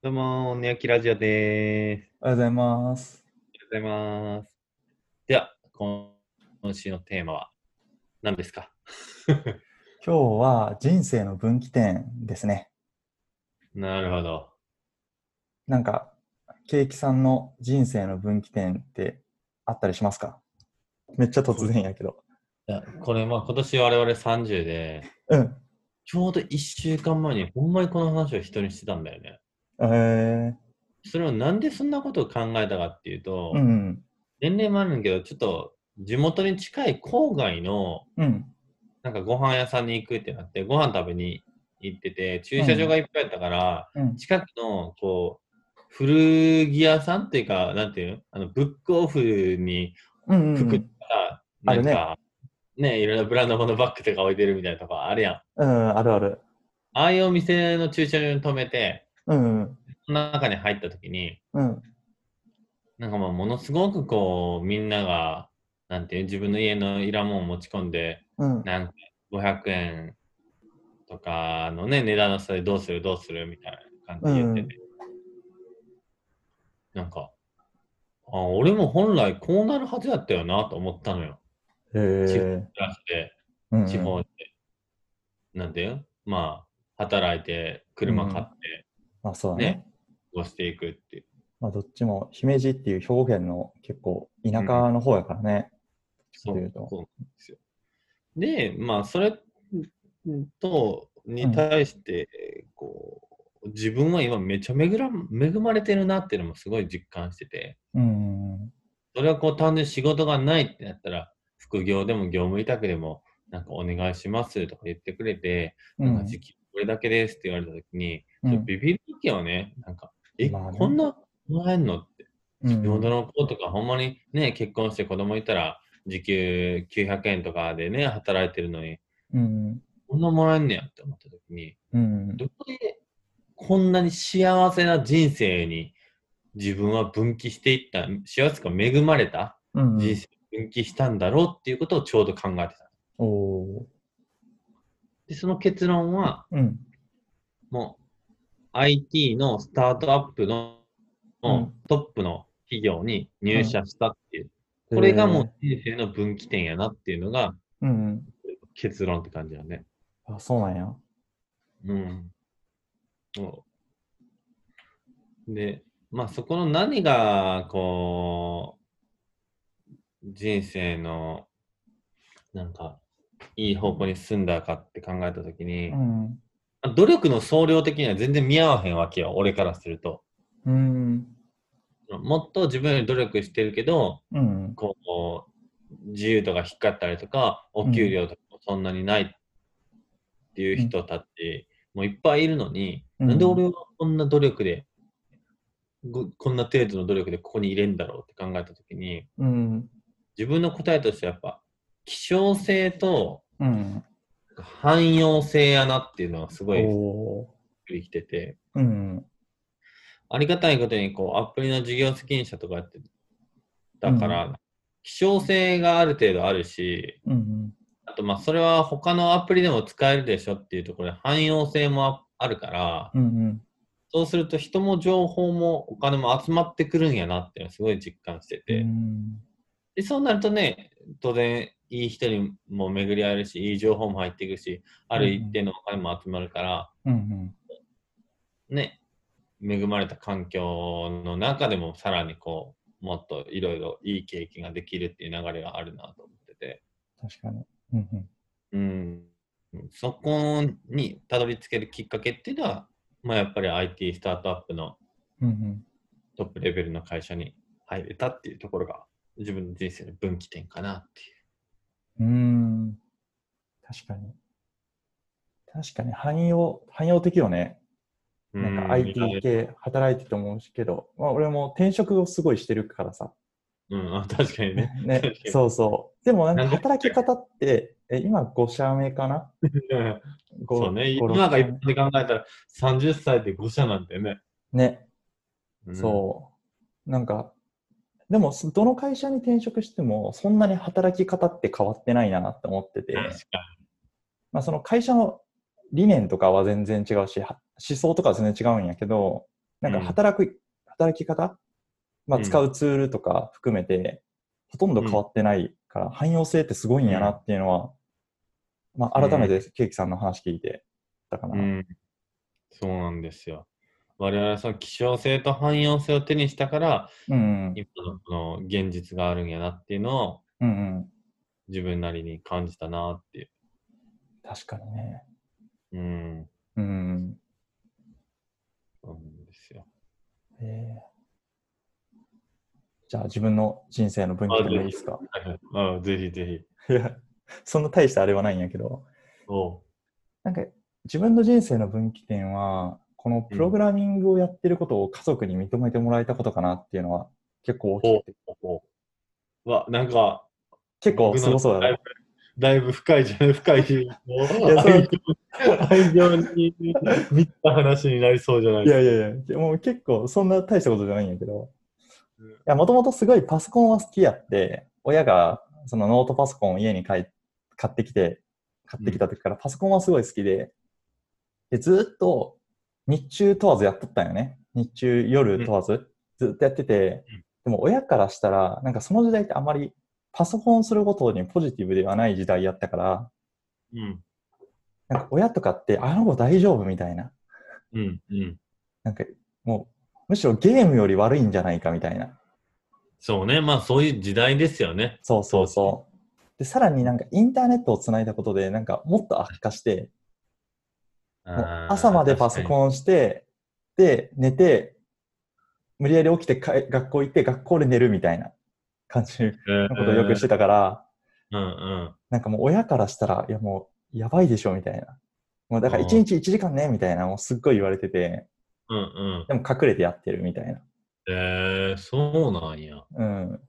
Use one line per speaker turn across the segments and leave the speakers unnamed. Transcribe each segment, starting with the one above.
どうも、ネオキラジオでーす。
おはようございます。
ありがとうございます。では、今今週のテーマは何ですか
今日は人生の分岐点ですね。
なるほど。
なんか、ケーキさんの人生の分岐点ってあったりしますかめっちゃ突然やけど。
いやこれ、まあ、今年我々30で、
うん。
ちょうど1週間前に、ほんまにこの話を人にしてたんだよね。
え
それをなんでそんなことを考えたかっていうと、
ー、うん。
年齢もあるんだけど、ちょっと地元に近い郊外の
うん。
なんかご飯屋さんに行くってなって、ご飯食べに行ってて、駐車場がいっぱいあったから、
うん。
近くのこう古着屋さんっていうか、なんていうのあのブックオフに
うんうん
服とか、
あ
な
る
ん
ね
か、ねいろんなブランド物バッグとか置いてるみたいなとこあるやん。あ
うん。うん。あるある。
あいうお店の駐車場に止めて、
うんうん。
その中に入った時に、
うん。
なんかまあものすごくこう、みんなが、なんていう自分の家のいらもんを持ち込んで、
うん。
なんか500円とかのね、値段の差でどうするどうするみたいな感じで言ってて。なんか、あ、俺も本来こうなるはずやったよなと思ったのよ。
えー
暮らして、
うん
地方で。なんでまあ、働いて、車買って、
まあそうだね。
ね、過ごしていくっていう。
まあどっちも、姫路っていう兵庫県の結構田舎の方やからね。
そう
そういうこと
そうなんですよ。で、まあ、それと、に対して、こう、自分は今めちゃめぐら恵まれてるなっていうのもすごい実感してて、
うん。うん
それはこう単純に仕事がないってなったら、副業でも業務委託でも、なんかお願いしますとか言ってくれて、
うん
なんか時期これだけですって言われた時に、ちょ
う
っ
ん
と。ビビる時はね、なんか、え、
まあね
こんなもらえんのって。
う
地元
ん
の子とか、ほんまにね、結婚して子供いたら、時給900円とかでね、働いてるのに、
うん。
こんなもらえんねやって思った時に、
うん。
どこでこんなに幸せな人生に自分は分岐していった、幸せか恵まれた
うん
人生に分岐したんだろうっていうことをちょうど考えてた。
おお
で、その結論は、
ー。うん。
もう IT のスタートアップの
うん
トップの企業に入社したっていうこれがもう人生の分岐点やなっていうのが
えー。うんうん。
結論って感じだね。
あ、そうなんや。
うん。そうで、まあそこの何が、こう、人生の、なんか、いい方向に進んだかって考えたときに
う、ん。
まあ努力の総量的には全然見合わへんわけよ、俺からすると。
うん。
もっと自分より努力してるけど、
うん。
こう、自由度が低かったりとか、お給料とかもそんなにないっていう人たちもいっぱいいるのに、
うん
なんで俺はこんな努力で、ごこんな程度の努力でここに入れんだろうって考えたときに、
うん。
自分の答えとしてはやっぱ、希少性と
うん。
汎用性やなっていうのはすごいし
おー
っくりきてて、
うん。
ありがたいことにこう、アプリの事業責任者とかやってたから、希少性がある程度あるし、
うん。
あと、まあ、それは他のアプリでも使えるでしょっていうところで汎用性もああるから、
うん。
そうすると人も情報もお金も集まってくるんやなっていうのはすごい実感して
う
て、
ん。
で、そうなるとね、当然、いい人にも巡り合えるし、いい情報も入ってくるし、ある一定のお金も集まるから、
うん。
ね、恵まれた環境の中でもさらにこう、もっといろいろいい経験ができるっていう流れがあるなと思ってて、
確かに。うん。うん
うん、そこにたどり着けるきっかけっていうのは、まあ、やっぱり IT スタートアップの
うん。
トップレベルの会社に入れたっていうところが自分の人生の分岐点かなっていう。
うん。うん確かに。確かに、汎用、汎用的よね。なん
う
か IT 系働いてて思うけど、まあ俺も転職をすごいしてるからさ。
うん、あ確かに ね。
ね、そうそう。でもなんか
なんで
働き方って、え、今5社目かな五
そうね。
五六
今が一
社目
般で考えたら30歳で5社なんてね。
ね、
うん
そう。なんか、でも、そどの会社に転職しても、そんなに働き方って変わってないなって思ってて、
確か
まあ、その会社の理念とかは全然違うし、は思想とかは全然違うんやけど、なんか
うん
働く、働き方、まあ、
うん
使うツールとか含めて、ほとんど変わってないから、汎用性ってすごいんやなっていうのは、まあ、改めてケーキさんの話聞いてたかな。
うん、そうなんですよ。我々はその希少性と汎用性を手にしたから、
うん。
今のこの現実があるんやなっていうのを
うんうん。
自分なりに感じたなっていう。
確かにね。
うん、
うん。
そうなんですよ。
えーじゃあ自分の人生の分岐点でいいですか
はいあぜひぜひ。
いや、そんな大したあれはないんやけど、
おう
なんか自分の人生の分岐点は、このプログラミングをやってることを家族に認めてもらえたことかなっていうのは結構大きくて、
おうおうわ、なんか、
結構すごそうだ
だい
ね
ぶ。だいぶ深いじゃない深い
いやそう
愛情愛情に満ちた話になりそうじゃない
いやい
や、
やいやいや、もう結構そんな大したことじゃないんやけど
うん、
いや、もともとすごいパソコンは好きやって、親がそのノートパソコンを家に買い買ってきて、買ってきた時からパソコンはすごい好きで、で、ずーっと日中問わずやっとったんよね。日中、夜問わず、ずっとやってて
うん、
でも親からしたら、なんかその時代ってあんまりパソコンすることにポジティブではない時代やったから、
うん、
なんか親とかって、あの子大丈夫みたいな。
うん、うん。
なんかもう、むしろゲームより悪いんじゃないかみたいな。
そうね、まあそういう時代ですよね。
そうそうそう。で、さらになんかインターネットをつないだことで、なんかもっと悪化して、もう朝までパソ
ン。
コンして、で、寝て、無理やり起きてかえ学校行って、学校で寝るみたいな感じの
の
ことをよくしてたから、
うんうん。
なんかもう親からしたら、いやもう、やばいでしょみたいな。もうだから1日1時間ねみたいな、もうすっごい言われてて、
うんうん。
でも隠れてやってるみたいな。
えー、そうなんや。
うん。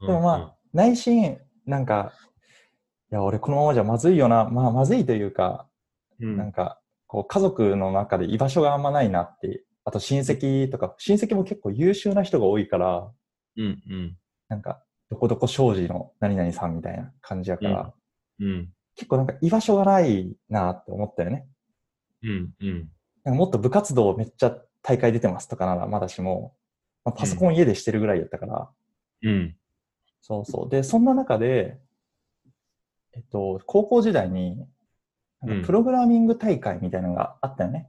で
でもまあ、内心、なんか、いや、俺このままじゃまずいよな。まあ、まずいというか、
うん
なんか、こう、家族の中で居場所があんまないなって。あと、親戚とか、親戚も結構優秀な人が多いから、
うんうん。
なんか、どこどこ庄司の何々さんみたいな感じやから、
うんうん
結構なんか居場所がないなって思ったよね。
うんうん。
なんかもっと部活動めっちゃ大会出てますとかなら、まだしも、まあ、パソコン家でしてるぐらいやったから、
うん
そうそう。で、そんな中で、えっと、高校時代に、なん
うん
かプログラミング大会みたいなのがあったよね。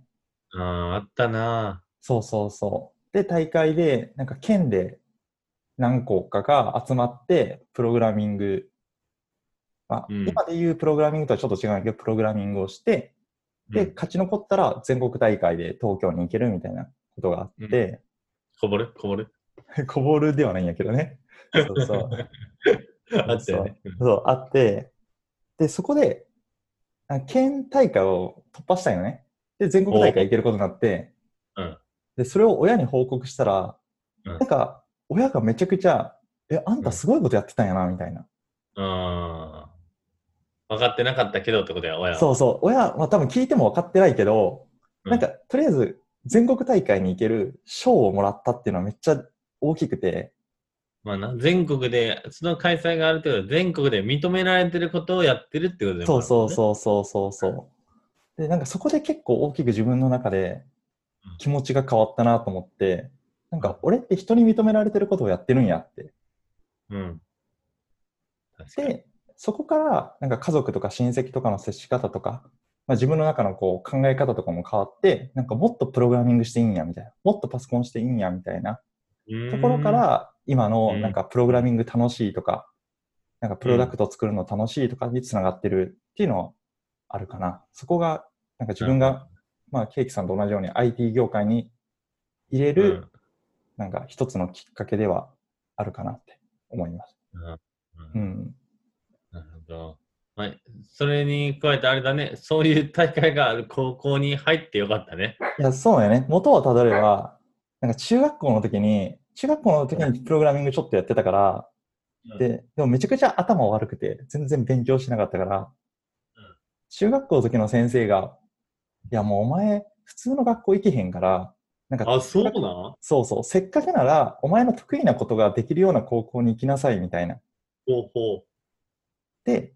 ああ、あったな
そうそうそう。で、大会で、なんか県で何校かが集まって、プログラミング、まあ、
うん
今で言うプログラミングとはちょっと違うんだけど、プログラミングをして、
ぁ。う
で、
ん
勝ち残ったら全国大会で東京に行けるみたいなことがあって、
こぼれこぼれ
こぼるではないんやけどね。そうそう。
あったよね。
そう、あって、で、そこで、あ県大会を突破したいのね。で、全国大会行けることになって、
おうん
で、それを親に報告したら、
うん
なんか、親がめちゃくちゃ、え、あんたすごいことやってたんやな、みたいな。
ああ。分かってなかったけどってことや、親は。
そうそう、親は多分聞いても分かってないけど、
うん
なんか、とりあえず、全国大会に行ける賞をもらったっていうのはめっちゃ大きくて、
まあな、全国で、その開催があるってことは、全国で認められてることをやってるってことでも
そ
あ
う
る
そうそうそうそうそう。で、なんかそこで結構大きく自分の中で
うん
気持ちが変わったなと思って、なんか俺って人に認められてることをやってるんやって。
う。うん。確かに。
で、そこからなんか家族とか親戚とかの接し方とか、まあ、自分の中のこう考え方とかも変わって、なんかもっとプログラミングしていいんやみたいな、もっとパソコンしていいんやみたいな
うーん
ところか、ら、今の
うん
なんかプログラミング楽しいとか、なんかプロダクト作るの楽しいとかにつながってるっていうのはあるかな。そこが、なんか自分が、まあ、ケーキさんと同じように IT 業界に入れ
うん、
る、なんか一つのきっかけではあるかなって思います。
うんう
うんん。
なるほど。はい、それに加えてあれだね、そういう大会がある高校に入ってよかったね。
いや、そうだよね。元をたどれば、なんか中学校の時に、中学校の時にプログラミングちょっとやってたから、で、でもめちゃくちゃ頭悪くて、全然勉強しなかったから
うん、
中学校の時の先生が、いやもうお前、普通の学校行けへんから、なんか、
あ、そうなん
そうそう、せっかくなら、お前の得意なことができるような高校に行きなさい、みたいな。
ほうほう。
で、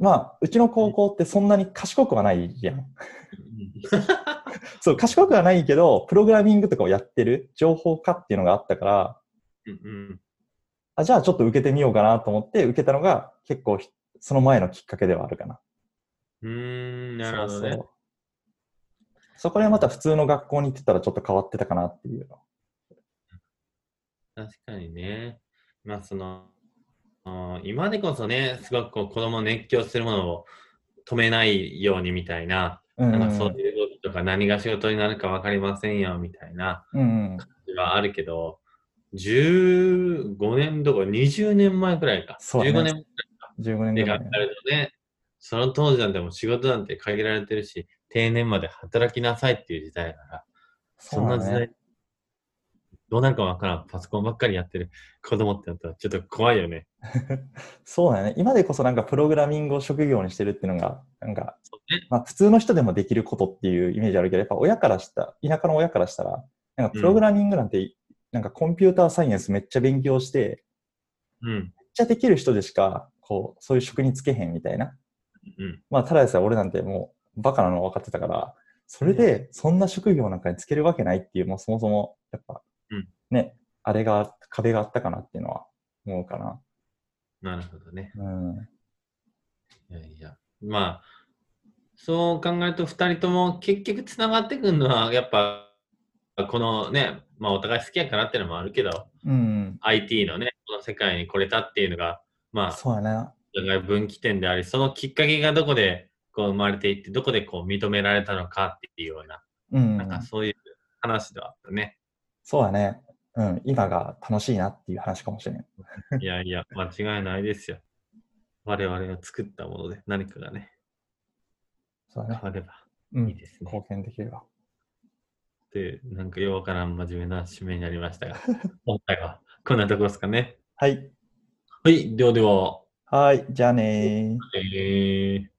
まあ、うちの高校ってそんなに賢くはないやん。そう、賢くはないけど、プログラミングとかをやってる情報化っていうのがあったから、
うんうん
あ、じゃあちょっと受けてみようかなと思って受けたのが結構ひその前のきっかけではあるかな。
うーん、なるほど
そう
ね
そう。そこでまた普通の学校に行ってたらちょっと変わってたかなっていうの。
確かにね。まあその、あー今でこそね、すごくこう子供を熱狂するものを止めないようにみたいな、
うん
なんかそういう動きとか何が仕事になるか分かりませんよみたいな
うんうん。
はあるけど、15年どころ20年前くらいか。
そうだね
15年
15年
で
ぐら
考
いね。
えるとね、その当時なんてもう仕事なんて限られてるし、定年まで働きなさいっていう時代だから、そん
うだ
な
ね
時代、どうなんかわからん、パソコンばっかりやってる子供ってなったらちょっと怖いよね。
そうだよね。今でこそなんかプログラミングを職業にしてるっていうのが、なんか、
そうね
まあ、普通の人でもできることっていうイメージあるけど、やっぱ親からした、田舎の親からしたら、なんかプログラミングなんて、なんかコンピューターサイエンスめっちゃ勉強して、
うん。
めっちゃできる人でしか、こう、そういう職に就けへんみたいな。
うん。
まあ、ただでさえ俺なんてもうバカなの分かってたから、それでそんな職業なんかにつけるわけないっていう、もうそもそも、やっぱ、
うん
ね、あれが、壁があったかなっていうのは思うかな。
なるほどね。
うん。
いやいや。まあ、そう考えると2人とも結局つながってくるのは、やっぱ、このね、まあお互い好きやからっていうのもあるけど、
うん。
IT のね、この世界に来れたっていうのが、まあ、
そうやな。
お互い分岐点であり、そのきっかけがどこでこう生まれていって、どこでこう認められたのかっていうような、
うん
なんかそういう話ではあったね。
そうだね。うん、今が楽しいなっていう話かもしれない。
いやいや、間違いないですよ。我々が作ったもので何かがね、
そう
変
だね。
われば
う
いい
ん、
ですね。
貢献できれば。
という、なんかようわからん真面目な締めになりましたが、 今回はこんなところですかね。
はい。
はい、ではでは、
はい、じゃあねー。
えー